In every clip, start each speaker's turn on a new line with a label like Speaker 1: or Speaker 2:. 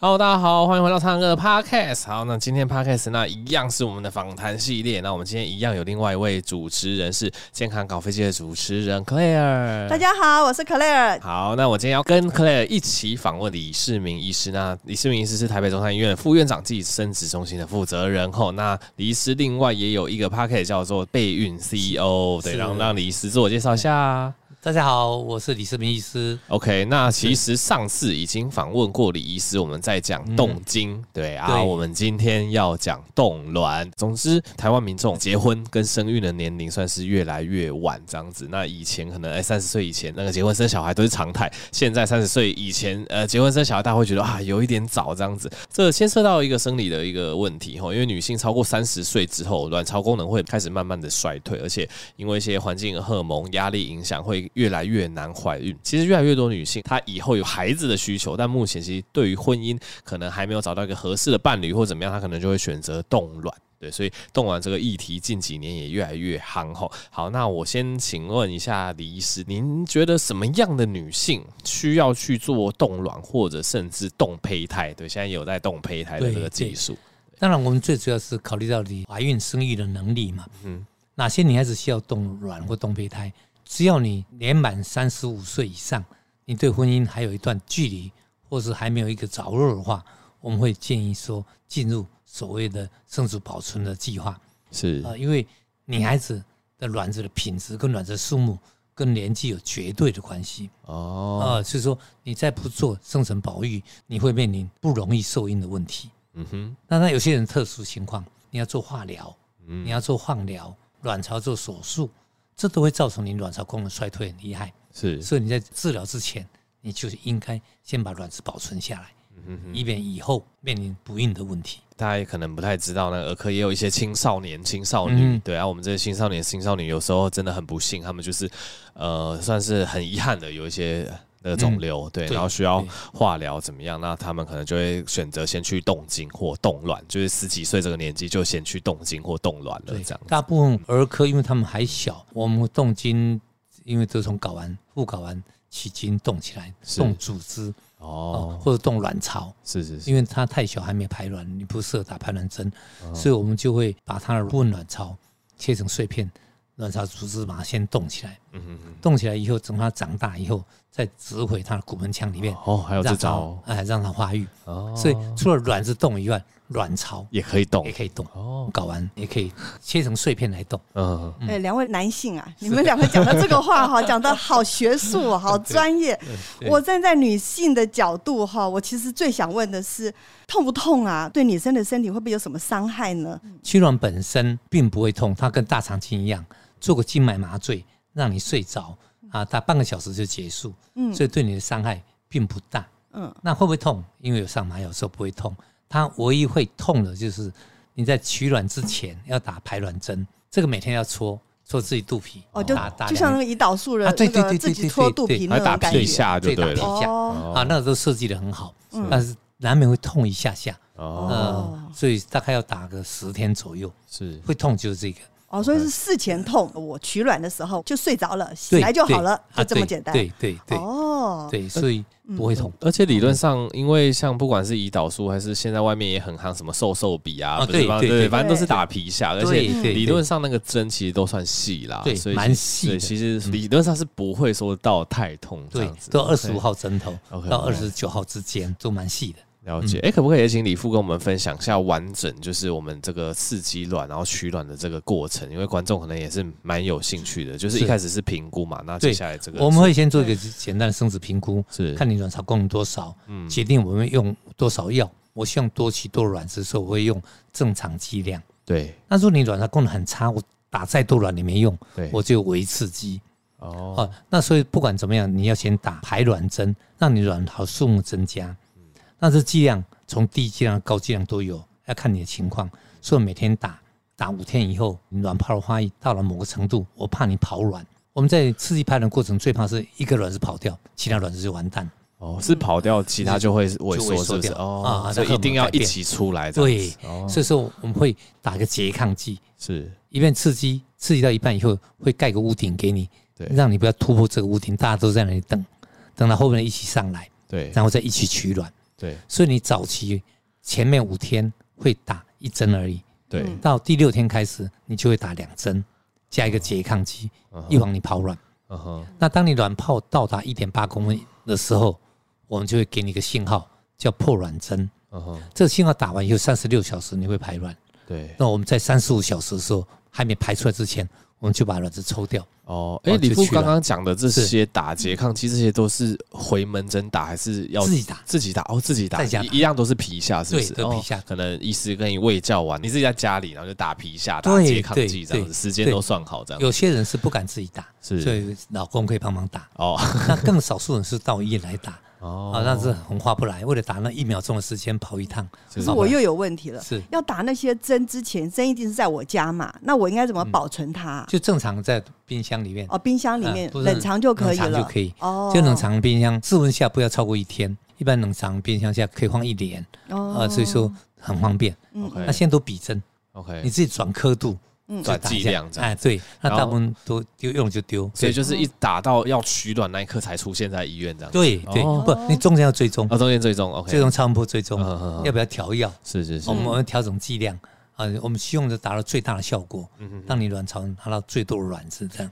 Speaker 1: Hello，大家好，欢迎回到唱歌的 Podcast。好，那今天 Podcast 那一样是我们的访谈系列。那我们今天一样有另外一位主持人是健康搞飞机的主持人
Speaker 2: 嗯
Speaker 1: Claire。
Speaker 3: 大家好，我是 Claire。
Speaker 1: 好，那我今天要跟 Claire 一起访问李世民医师。那李世民医师是台北中山医院副院长暨生殖中心的负责人。吼，那李医师另外也有一个 p a c k e t 叫做备孕 CEO，对，
Speaker 2: 是
Speaker 1: 然后让李医师自我介绍一下。
Speaker 2: 大家好，我是李世民医师。
Speaker 1: OK，那其实上次已经访问过李医师，我们在讲动经，对啊，
Speaker 2: 对
Speaker 1: 我们今天要讲冻卵。总之，台湾民众结婚跟生育的年龄算是越来越晚这样子。那以前可能哎三十岁以前那个结婚生小孩都是常态，现在三十岁以前呃结婚生小孩，大家会觉得啊有一点早这样子。这牵涉到一个生理的一个问题哈，因为女性超过三十岁之后，卵巢功能会开始慢慢的衰退，而且因为一些环境、荷尔蒙、压力影响，会越来越难怀孕。其实越来越多女性她以后有孩子的需求，但目前其实对于婚姻可能还没有找到一个合适的伴侣或怎么样，她可能就会选择冻卵。对，所以冻卵这个议题近几年也越来越夯吼。好，那我先请问一下李医师，您觉得什么样的女性需要去做冻卵或者甚至冻胚胎？对，现在也有在冻胚胎的这个
Speaker 2: 对
Speaker 1: 技
Speaker 2: 对
Speaker 1: 术。
Speaker 2: 当然，我们最主要是考虑到你怀孕生育的能力嘛。
Speaker 1: 嗯
Speaker 2: 嗯，哪些女孩子需要冻卵或冻胚胎？只要你年满三十五岁以上，你对婚姻还有一段距离，或是还没有一个着落的话，我们会建议说进入所谓的生殖保存的计划。
Speaker 1: 是
Speaker 2: 啊、因为女孩子的卵子的品质跟卵子数目跟年纪有绝对的关系。
Speaker 1: 哦，
Speaker 2: 啊、所以说你再不做生存保育，你会面临不容易受孕的问题。
Speaker 1: 嗯哼，
Speaker 2: 那那有些人特殊情况，你要做化疗，
Speaker 1: 嗯
Speaker 2: 你要做放疗，卵巢做手术，这都会造成你卵巢功能衰退很厉害。
Speaker 1: 是，
Speaker 2: 所以你在治疗之前，你就应该先把卵子保存下来，
Speaker 1: 嗯哼，
Speaker 2: 以免以后面临不孕的问题。
Speaker 1: 大家也可能不太知道，那个儿科也有一些青少年、青少女，
Speaker 2: 嗯
Speaker 1: 对啊，我们这些青少年、青少女有时候真的很不幸，他们就是呃，算是很遗憾的有一些那个肿瘤，对，
Speaker 2: 嗯对
Speaker 1: 然后需要
Speaker 2: 对
Speaker 1: 化疗怎么样，那他们可能就会选择先去冻精或冻卵，就是十几岁这个年纪就先去冻精或冻卵了，
Speaker 2: 对
Speaker 1: 这样，子，
Speaker 2: 大部分儿科因为他们还小，我们动经因为都从睾丸、副睾丸起经动起来，
Speaker 1: 是
Speaker 2: 动组织哦
Speaker 1: 哦，，
Speaker 2: 或者动卵巢。
Speaker 1: 是是是，
Speaker 2: 因为它太小还没排卵，你不适合打排卵针，
Speaker 1: 哦
Speaker 2: 所以我们就会把它的部分卵巢切成碎片，卵巢组织把它先冻起来，
Speaker 1: 嗯哼哼，
Speaker 2: 冻起来以后，等它长大以后，再植回它的骨盆腔里面，
Speaker 1: 哦，还有这
Speaker 2: 让它
Speaker 1: 招
Speaker 2: 哎让它发育。
Speaker 1: 哦，
Speaker 2: 所以除了卵子冻以外，卵巢
Speaker 1: 也可以冻
Speaker 2: 也可以冻，
Speaker 1: 哦，
Speaker 2: 睾丸也可以切成碎片来冻。
Speaker 1: 嗯，
Speaker 2: 嗯
Speaker 3: 哎，两位男性啊，你们两个讲的这个话 哈，讲的好学术哦，好专业。
Speaker 2: 对
Speaker 3: 我站在女性的角度哈，我其实最想问的是，痛不痛啊？对女生的身体会不会有什么伤害呢？
Speaker 2: 取卵本身并不会痛，它跟大肠镜一样，做个静脉麻醉让你睡着啊，大半个小时就结束，
Speaker 3: 嗯
Speaker 2: 所以对你的伤害并不大。
Speaker 3: 嗯，
Speaker 2: 那会不会痛？因为有上麻药，时候不会痛。它唯一会痛的就是你在取卵之前要打排卵针，这个每天要戳戳自己肚皮，
Speaker 3: 哦，就
Speaker 2: 打打
Speaker 3: 就像那
Speaker 2: 两
Speaker 3: 个胰岛素的
Speaker 2: 啊
Speaker 3: 那
Speaker 2: 对对
Speaker 3: 个
Speaker 2: 对
Speaker 3: 自己
Speaker 2: 对
Speaker 3: 搓
Speaker 2: 对
Speaker 3: 肚
Speaker 2: 对
Speaker 3: 皮那
Speaker 1: 还打
Speaker 3: 种感
Speaker 1: 屁
Speaker 3: 觉。
Speaker 1: 下就
Speaker 2: 对打
Speaker 1: 对
Speaker 2: 屁
Speaker 1: 了，
Speaker 2: 下
Speaker 3: 嗯哦，
Speaker 2: 个啊，那个都设计的很好，
Speaker 3: 嗯
Speaker 2: 但是难免会痛一下下，
Speaker 1: 哦，
Speaker 3: 哦
Speaker 2: 嗯，所以大概要打个十天左右，
Speaker 1: 是。
Speaker 2: 会痛就是这个，
Speaker 3: 哦，所以是事前痛，我取卵的时候就睡着了，醒
Speaker 2: 嗯对，
Speaker 3: 来就
Speaker 2: 对
Speaker 3: 好了，就
Speaker 2: 啊
Speaker 3: 这么
Speaker 2: 对
Speaker 3: 简单。
Speaker 2: 对对对
Speaker 3: 哦，
Speaker 2: 对，所以不会痛。
Speaker 1: 而且理论上，因为像不管是胰岛素还是现在外面也很夯什么瘦瘦笔啊，
Speaker 2: 哦
Speaker 1: 不是
Speaker 2: 对
Speaker 1: 吧
Speaker 2: 对
Speaker 1: 对，
Speaker 2: 对
Speaker 1: 反正都是打皮下，而
Speaker 2: 对
Speaker 1: 且
Speaker 2: 对
Speaker 1: 理论上那个针其实都算细啦，
Speaker 2: 对
Speaker 1: 所以
Speaker 2: 蛮细
Speaker 1: 对
Speaker 2: 的嗯
Speaker 1: 其实理论上是不会说到太痛这
Speaker 2: 对
Speaker 1: 样子，，
Speaker 2: 都二十
Speaker 1: OK
Speaker 2: 五号针头
Speaker 1: OK，
Speaker 2: 到二十九号之间都蛮细的。
Speaker 1: 了
Speaker 2: 嗯
Speaker 1: 解，哎、可不可以也请李富跟我们分享一下完整，就是我们这个刺激卵然后取卵的这个过程？因为观众可能也是蛮有兴趣的，就是一
Speaker 2: 是
Speaker 1: 开始是评估嘛，那接
Speaker 2: 对
Speaker 1: 下来这个
Speaker 2: 我们会先做一个简单的生殖评估，
Speaker 1: 是
Speaker 2: 看你卵巢功能多少，
Speaker 1: 嗯
Speaker 2: 决定我们用多少药。我希望多取多卵子的时候，我会用正常剂量。
Speaker 1: 对
Speaker 2: 那如果你卵巢功能很差，我打再多卵也没用，
Speaker 1: 对
Speaker 2: 我就微刺激。
Speaker 1: 哦
Speaker 2: 哦，那所以不管怎么样，你要先打排卵针，让你卵巢数目增加。那这剂量从低剂量、高剂量都有，要看你的情况。所以每天打，打五天以后，你卵泡的发育到了某个程度，我怕你跑卵。我们在刺激排卵过程最怕是一个卵子跑掉，其他卵子就完蛋。
Speaker 1: 哦，是跑掉，其他就会萎
Speaker 2: 嗯就
Speaker 1: 缩，
Speaker 2: 萎缩
Speaker 1: 是不是？
Speaker 2: 掉
Speaker 1: 哦，
Speaker 2: 啊
Speaker 1: 所以
Speaker 2: 那
Speaker 1: 一定要
Speaker 2: 荷尔
Speaker 1: 一
Speaker 2: 蒙改变
Speaker 1: 起出来，这样
Speaker 2: 对
Speaker 1: 子，哦
Speaker 2: 所以说我们会打个拮抗剂，
Speaker 1: 是
Speaker 2: 一边刺激，刺激到一半以后会盖个屋顶给你，
Speaker 1: 对
Speaker 2: 让你不要突破这个屋顶，大家都在那里等，等到后面一起上来，
Speaker 1: 对
Speaker 2: 然后再一起取卵。
Speaker 1: 对
Speaker 2: 所以你早期前面五天会打一针而已，
Speaker 1: 对，
Speaker 3: 嗯
Speaker 2: 到第六天开始你就会打两针，加一个拮抗剂，
Speaker 1: 嗯哼
Speaker 2: 预防你跑卵。
Speaker 1: 嗯哼，
Speaker 2: 那当你卵泡到达一点八公分的时候，我们就会给你一个信号，叫破卵针。
Speaker 1: 嗯哼，
Speaker 2: 这个信号打完以后，三十六小时你会排卵。
Speaker 1: 对，
Speaker 2: 那我们在三十五小时的时候还没排出来之前，我们就把卵子抽掉。
Speaker 1: 哦，哎、
Speaker 2: 哦
Speaker 1: 李
Speaker 2: 就
Speaker 1: 富
Speaker 2: 去
Speaker 1: 刚
Speaker 2: 了
Speaker 1: 刚讲的这些打拮抗剂，这些都是回门诊打，还是要
Speaker 2: 自己打
Speaker 1: 自己打哦，自己打，
Speaker 2: 在家打
Speaker 1: 一一样都是皮下，是不
Speaker 2: 对
Speaker 1: 是？
Speaker 2: 都皮下
Speaker 1: 哦，可能医师跟你喂教完，你自己在家里，然后就打皮下打
Speaker 2: 对
Speaker 1: 拮抗剂
Speaker 2: 对
Speaker 1: 这样子，
Speaker 2: 对
Speaker 1: 时间
Speaker 2: 对
Speaker 1: 都算好这样子。
Speaker 2: 有些人是不敢自己打，
Speaker 1: 是
Speaker 2: 所以老公可以帮忙打。
Speaker 1: 哦
Speaker 2: 那更少数人是到医院来打，
Speaker 1: 哦，
Speaker 2: 啊，那是很划不来。为了打那一秒钟的时间跑一趟，
Speaker 1: 可
Speaker 3: 可是我又有问题了。
Speaker 2: 是
Speaker 3: 要打那些针之前，针一定是在我家嘛？那我应该怎么保存它啊？
Speaker 2: 嗯就正常在冰箱里面，
Speaker 3: 哦，冰箱里面
Speaker 2: 嗯不是
Speaker 3: 冷藏就可以
Speaker 2: 冷
Speaker 3: 了，
Speaker 2: 藏就可以
Speaker 3: 哦，
Speaker 2: 就冷藏冰箱室温下不要超过一天，一般冷藏冰箱下可以放一年
Speaker 3: 哦
Speaker 2: 啊，所以说很方便。
Speaker 1: OK
Speaker 2: 那现在都比针，你
Speaker 1: OK，
Speaker 2: 自己转刻度，
Speaker 3: 嗯
Speaker 1: 转
Speaker 2: 打
Speaker 1: 剂
Speaker 2: 一下
Speaker 1: 量这样
Speaker 2: 哎，对，那
Speaker 1: 然后
Speaker 2: 大部分都丢用就丢，
Speaker 1: 所以就是一打到要取卵那一刻才出现在医院这样子。
Speaker 2: 对
Speaker 1: 哦
Speaker 2: 对，不，你中间要追踪
Speaker 1: 啊，，中间追踪 OK，
Speaker 2: 追踪超音波追踪
Speaker 1: 嗯嗯嗯，
Speaker 2: 要不要调药？
Speaker 1: 是是是
Speaker 2: 我，们我们调整剂量啊，我们希望能达到最大的效果，
Speaker 1: 嗯
Speaker 2: 让你卵巢拿到最多的卵子，这样。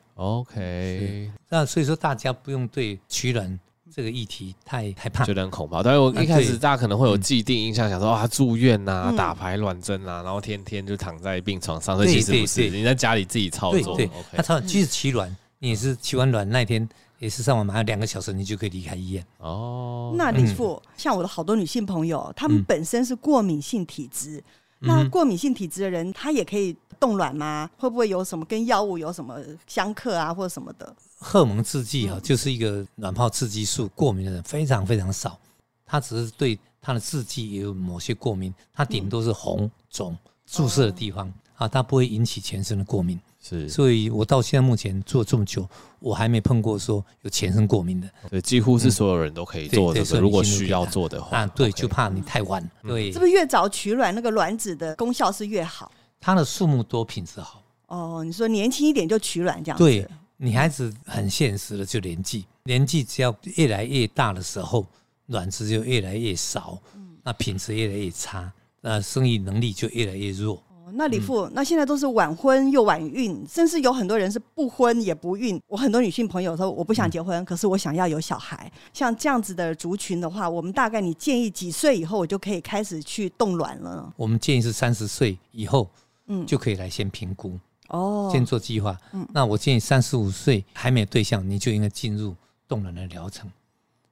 Speaker 1: OK，
Speaker 2: 那所以说，大家不用对取卵这个议题太害怕
Speaker 1: 觉。得很恐怕。但是我一开
Speaker 2: 啊
Speaker 1: 始
Speaker 2: 对
Speaker 1: 大家可能会有既定印象，想说啊，住院呐、
Speaker 3: 嗯
Speaker 1: 打排卵针啊，然后天天就躺在病床上，所以
Speaker 2: 对
Speaker 1: 其实不是，
Speaker 2: 对对
Speaker 1: 你在家里自己操
Speaker 2: 对
Speaker 1: 作。
Speaker 2: 对，那
Speaker 1: OK，
Speaker 2: 他即使取卵，你也是取完卵那一天，也是上完马上两个小时，你就可以离开医院。
Speaker 1: 哦，
Speaker 3: 那李父，像我的好多女性朋友，她们
Speaker 2: 嗯
Speaker 3: 本身是过敏性体质，
Speaker 2: 嗯
Speaker 3: 那
Speaker 2: 哼
Speaker 3: 过敏性体质的人，她也可以冻卵吗？会不会有什么跟药物有什么相克啊，或者什么的？
Speaker 2: 荷尔蒙制剂啊，就是一个卵泡刺激素过敏的人非常非常少，他只是对他的制剂也有某些过敏，他顶多是红肿注射的地方啊，它不会引起全身的过敏。
Speaker 1: 是，
Speaker 2: 所以我到现在目前做这么久，我还没碰过说有全身过敏的
Speaker 1: 对，几乎是所有人都可以
Speaker 2: 嗯对
Speaker 1: 做
Speaker 2: 对
Speaker 1: 这
Speaker 2: 所
Speaker 1: 个，
Speaker 2: 以
Speaker 1: 如果
Speaker 2: 你进入
Speaker 1: 需
Speaker 2: 给
Speaker 1: 要
Speaker 2: 他
Speaker 1: 做的话，
Speaker 2: 啊。对，
Speaker 1: OK 嗯
Speaker 2: 就怕你太晚。对
Speaker 3: 是，不是越早取卵，那个卵子的功效是越好？
Speaker 2: 它的数目多，品质好。
Speaker 3: 哦，你说年轻一点就取卵这样子？
Speaker 2: 对，女孩子很现实的，就年纪，年纪只要越来越大的时候，卵子就越来越少，
Speaker 3: 嗯
Speaker 2: 那品质越来越差，那生育能力就越来越弱。
Speaker 3: 哦那李父，那现在都是晚婚又晚孕，甚至有很多人是不婚也不孕。我很多女性朋友说，我不想结婚，可是我想要有小孩。像这样子的族群的话，我们大概你建议几岁以后我就可以开始去冻卵了呢？
Speaker 2: 我们建议是三十岁以后
Speaker 3: 嗯，
Speaker 2: 就可以来先评估，
Speaker 3: 哦，
Speaker 2: 先做计划。那我建议三十五岁还没有对象，你就应该进入冻卵的疗程。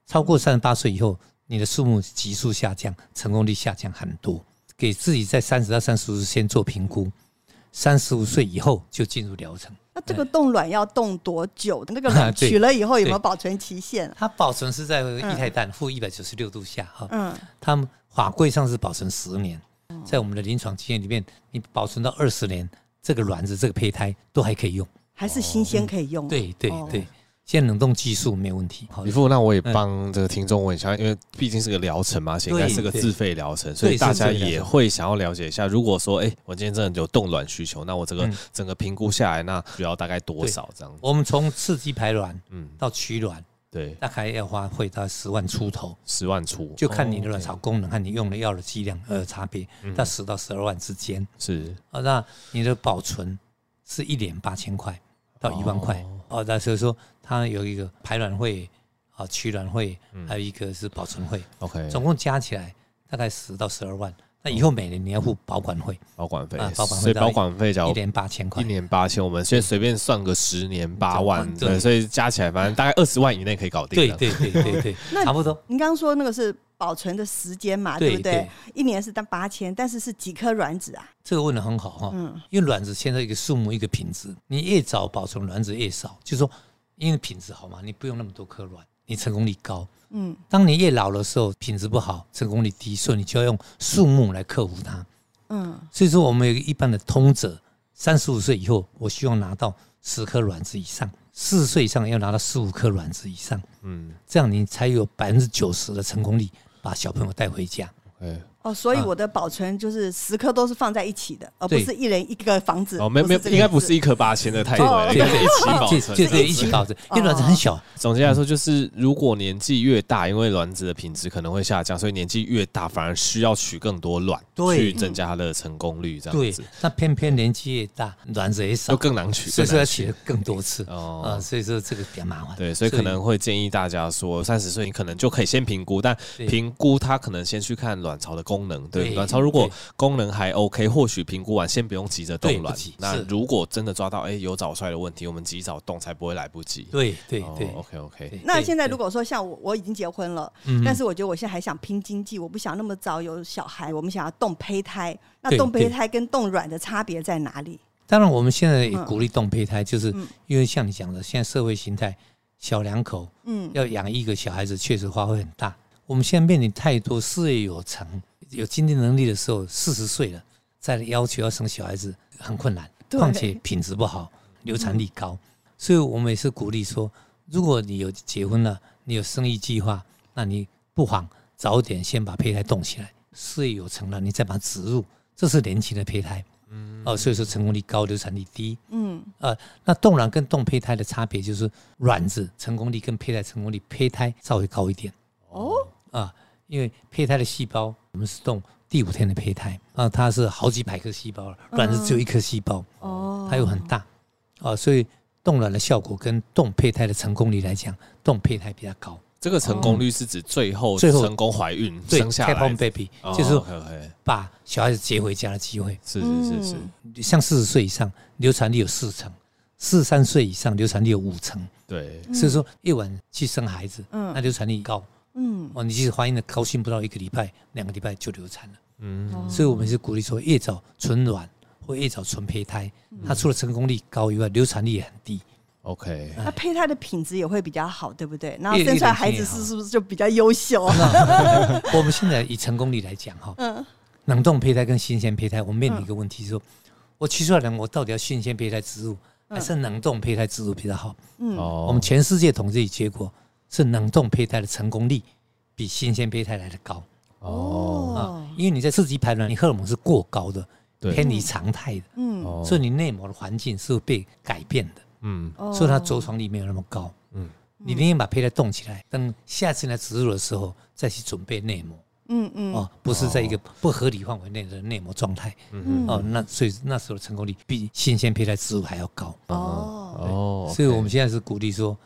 Speaker 2: 超过三十八岁以后，你的数目急速下降，成功率下降很多。给自己在三十到三十五岁先做评估，三十五岁以后就进入疗程。
Speaker 3: 那这个冻卵要冻多久？那个卵
Speaker 2: 对
Speaker 3: 取了以后有没有
Speaker 2: 对
Speaker 3: 保存期限？
Speaker 2: 它保存是在液态氮负一百九十六度下哈，
Speaker 3: 嗯，
Speaker 2: 他们法规上是保存十年，在我们的临床经验里面，你保存到二十年，这个卵子这个胚胎都还可以用。
Speaker 3: 还是新鲜可以用？
Speaker 2: 对对
Speaker 3: 哦
Speaker 2: 对，现在冷冻技术没有问题。好
Speaker 1: 李，富，那我也
Speaker 2: 嗯
Speaker 1: 帮这个听众问一下，因为毕竟是个疗程嘛，而且应该
Speaker 2: 对
Speaker 1: 是个
Speaker 2: 对
Speaker 1: 自费疗程，所以
Speaker 2: 对
Speaker 1: 大
Speaker 2: 是
Speaker 1: 家
Speaker 2: 自费疗程
Speaker 1: 也会想要了解一下。如果说，哎、我今天真的有冻卵需求，那我这个
Speaker 2: 嗯
Speaker 1: 整个评估下来，那需要大概多
Speaker 2: 对
Speaker 1: 少这样子？
Speaker 2: 我们从刺激排卵
Speaker 1: 嗯，
Speaker 2: 到取卵，
Speaker 1: 对，
Speaker 2: 大概要花费到十万出头，
Speaker 1: 十万出，
Speaker 2: 就看你的
Speaker 1: 哦
Speaker 2: 卵巢功能和你用的药的剂量而有差别，
Speaker 1: 嗯
Speaker 2: 在十到十二万之间。
Speaker 1: 是
Speaker 2: 啊，那你的保存是一年八千块到一万块
Speaker 1: 哦
Speaker 2: 哦，那所以说它有一个排卵会啊、取卵会，
Speaker 1: 嗯
Speaker 2: 还有一个是保存会，
Speaker 1: OK，
Speaker 2: 总共加起来大概十到十二万。那以后每年你要付保管费，
Speaker 1: 保管费
Speaker 2: 啊，保管费
Speaker 1: 所以
Speaker 2: 大概
Speaker 1: 保管费只要
Speaker 2: 一年八千块
Speaker 1: 哦一，年八千，我们先随便算个十年八万，
Speaker 2: 对
Speaker 1: 对，所以加起来反正大概二十万以内可以搞定。
Speaker 2: 对，对对对 对，
Speaker 3: 那
Speaker 2: 差不多。
Speaker 3: 您刚刚说那个是保存的时间嘛，
Speaker 2: 对
Speaker 3: 对不对
Speaker 2: 对？
Speaker 3: 一年是当八千，但是是几颗卵子啊？
Speaker 2: 这个问的很好哈、
Speaker 3: 嗯
Speaker 2: 因为卵子现在一个数目一个品质，你越早保存卵子越少，就是说因为品质好嘛，你不用那么多颗卵，你成功率高。
Speaker 3: 嗯，
Speaker 2: 当你越老的时候，品质不好，成功率低，所以你就要用数目来克服它。
Speaker 3: 嗯，
Speaker 2: 所以说，我们有一个一般的通则，三十五岁以后，我希望拿到十颗卵子以上；四十岁以上要拿到十五颗卵子以上，
Speaker 1: 嗯
Speaker 2: 这样你才有百分之九十的成功率把小朋友带回家。
Speaker 1: ，OK，
Speaker 3: 哦，所以
Speaker 2: 啊
Speaker 3: 我的保存就是十颗都是放在一起的，而不
Speaker 2: 对
Speaker 3: 是一人一个房子。
Speaker 1: 哦，没没
Speaker 3: 这个
Speaker 1: 应该不
Speaker 3: 意思
Speaker 1: 是一颗八千的太多了，
Speaker 3: 哦
Speaker 1: 应该是一起保
Speaker 2: 这
Speaker 1: 存。
Speaker 2: 这这一起保存，因为卵子很小，
Speaker 1: 总结来说，就是如果年纪越大，因为卵子的品质可能会下降，所以年纪越大反而需要取更多卵，
Speaker 2: 对
Speaker 1: 去增加它的成功率，这样
Speaker 2: 对
Speaker 1: 子，
Speaker 2: 那偏偏年纪越大，卵子也
Speaker 1: 就
Speaker 2: 少，
Speaker 1: 更难取。
Speaker 2: 所以说
Speaker 1: 更
Speaker 2: 要
Speaker 1: 难
Speaker 2: 取
Speaker 1: 取
Speaker 2: 得更多次，
Speaker 1: 哦
Speaker 2: 呃，所以说这个比较麻烦。
Speaker 1: 对，所以可能会建议大家说，三十岁你可能就可以先评估，但
Speaker 2: 对
Speaker 1: 评估它可能先去看卵巢的功能。对，
Speaker 2: 对
Speaker 1: 卵巢如果
Speaker 2: 对
Speaker 1: 功能还 OK，或许评估完先不用急着
Speaker 2: 对
Speaker 1: 动
Speaker 2: 不
Speaker 1: 卵
Speaker 2: 急。
Speaker 1: 那
Speaker 2: 是
Speaker 1: 如果真的抓到哎、有早衰的问题，我们及早动才不会来不及。
Speaker 2: 对对
Speaker 1: 哦
Speaker 2: 对。
Speaker 1: ，OK OK，
Speaker 2: 对嗯
Speaker 3: 那现在
Speaker 2: 对
Speaker 3: 如果说像我，我已经结婚了，但是我觉得我现在还想拼经济，我不想那么早有小孩，我们想要动胚胎。那
Speaker 2: 对
Speaker 3: 动胚
Speaker 2: 对
Speaker 3: 胎跟动卵的差别在哪里？
Speaker 2: 当然，我们现在也
Speaker 3: 嗯
Speaker 2: 鼓励动胚胎，就是
Speaker 3: 嗯
Speaker 2: 因为像你讲的，现在社会形态，小两口
Speaker 3: 嗯，
Speaker 2: 要养一个小孩子，确实花费很大。我们现在面临太多事业有成、有经济能力的时候，四十岁了，再来要求要生小孩子很困难，
Speaker 3: 对
Speaker 2: 况且品质不好，流产率高，所以我们也是鼓励说，如果你有结婚了，你有生育计划，那你不妨早点先把胚胎动起来，事业有成了，你再把它植入，这是年轻的胚胎。嗯，哦，所以说成功率高，流产率低。
Speaker 3: 嗯，
Speaker 2: 呃，那冻卵跟冻胚胎的差别就是卵子成功率跟胚胎成功率，胚胎稍微高一点
Speaker 3: 哦，
Speaker 2: 啊，因为胚胎的细胞我们是冻第五天的胚胎啊，它是好几百颗细胞了，卵子只有一颗细胞，
Speaker 3: 哦，
Speaker 2: 它又很大啊，所以冻卵的效果跟冻胚胎的成功率来讲，冻胚胎比较高。
Speaker 1: 这个成功率是指最后
Speaker 2: 哦最后
Speaker 1: 成功怀孕
Speaker 2: 对
Speaker 1: 生下
Speaker 2: ，cap on
Speaker 1: 来，
Speaker 2: baby
Speaker 1: 哦
Speaker 2: 就是
Speaker 1: OK，
Speaker 2: 把小孩子接回家的机会，
Speaker 1: 是是是是，
Speaker 3: 嗯
Speaker 2: 像四十岁以上流产率有四成，四十三岁以上流产率有五成。
Speaker 1: 对，
Speaker 2: 所以说越晚去生孩子，
Speaker 3: 嗯
Speaker 2: 那流产率高
Speaker 3: 嗯，
Speaker 2: 哦。你即使怀孕了，高兴不到一个礼拜、两个礼拜就流产了。
Speaker 1: 嗯，
Speaker 3: 哦
Speaker 2: 所以我们是鼓励说，越早存卵或越早存胚胎，它除了成功率高以外，流产率也很低。
Speaker 1: OK，
Speaker 3: 那胚胎的品质也会比较好，对不对？然后
Speaker 2: 一
Speaker 3: 生出来
Speaker 2: 一点
Speaker 3: 孩
Speaker 2: 点
Speaker 3: 子
Speaker 2: 好
Speaker 3: 是是不是就比较优秀？
Speaker 2: 我们现在以成功率来讲哈，
Speaker 3: 嗯
Speaker 2: 冷冻胚胎跟新鲜胚胎，我们面临一个问题是说，
Speaker 3: 嗯
Speaker 2: 我提出来人，我到底要新鲜胚胎植入还是冷冻胚胎植入比较好？
Speaker 3: 嗯，
Speaker 1: 哦，
Speaker 2: 我们全世界统计结果是冷冻胚胎的成功率比新鲜胚胎来的高。
Speaker 1: 哦，
Speaker 2: 啊
Speaker 3: 哦，，
Speaker 2: 因为你在刺激排卵，你荷尔蒙是过高的，
Speaker 1: 对
Speaker 2: 偏离常态的，
Speaker 3: 嗯，
Speaker 1: 哦
Speaker 2: 所以你内膜的环境是会被改变的，
Speaker 1: 嗯，
Speaker 3: 哦
Speaker 2: 所以它着床率没有那么高。
Speaker 1: 嗯
Speaker 2: 嗯，你宁愿把胚胎冻起来，等下次来植入的时候再去准备内膜
Speaker 3: 嗯嗯
Speaker 2: 哦，不是在一个不合理范围内的内膜状态
Speaker 3: 嗯
Speaker 2: 哦，那所以那时候的成功率比新鲜胚胎植入还要高。
Speaker 3: 哦，
Speaker 1: 哦，
Speaker 2: 所以我们现在是鼓励说，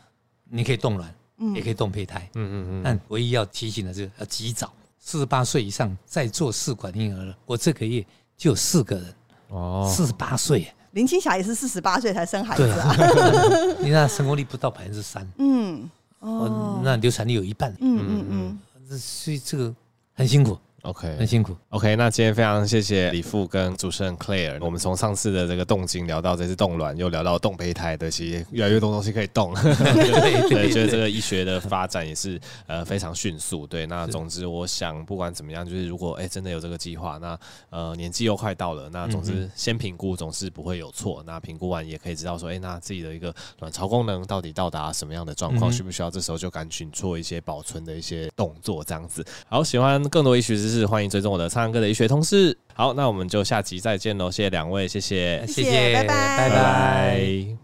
Speaker 2: 你可以冻卵，也可以冻胚胎，
Speaker 1: 嗯嗯嗯，
Speaker 2: 但唯一要提醒的是要及早，四十八岁以上在做试管婴儿了。我这个月就有四个人，
Speaker 1: 哦，
Speaker 2: 四十八岁，
Speaker 3: 林青霞也是四十八岁才生孩子
Speaker 2: 对
Speaker 3: 啊。
Speaker 2: 啊，你那成功率不到百分之三，
Speaker 3: 嗯，
Speaker 2: 哦
Speaker 3: 哦，，
Speaker 2: 那流产率有一半，
Speaker 3: 嗯嗯嗯，
Speaker 2: 所以这个很辛苦，
Speaker 1: OK，
Speaker 2: 很辛苦。
Speaker 1: OK，那今天非常谢谢李富跟主持人 Claire，我们从上次的这个动静聊到这次冻卵，又聊到冻胚胎，对，其实越来越多东西可以 动。对， 对觉得这个医学的发展也是呃非常迅速。对，那总之我想不管怎么样，就是如果哎、真的有这个计划，那呃年纪又快到了，那总之先评估总是不会有错。那评估完也可以知道说，哎、那自己的一个卵巢功能到底到达什么样的状况，
Speaker 2: 嗯哼
Speaker 1: 需不需要这时候就赶紧做一些保存的一些动作，这样子。好，喜欢更多医学知识，欢迎追踪我的苍阳哥的医学通识。好，那我们就下集再见喽，谢谢两位，谢谢，
Speaker 3: 谢谢拜拜
Speaker 2: 拜拜。
Speaker 1: 拜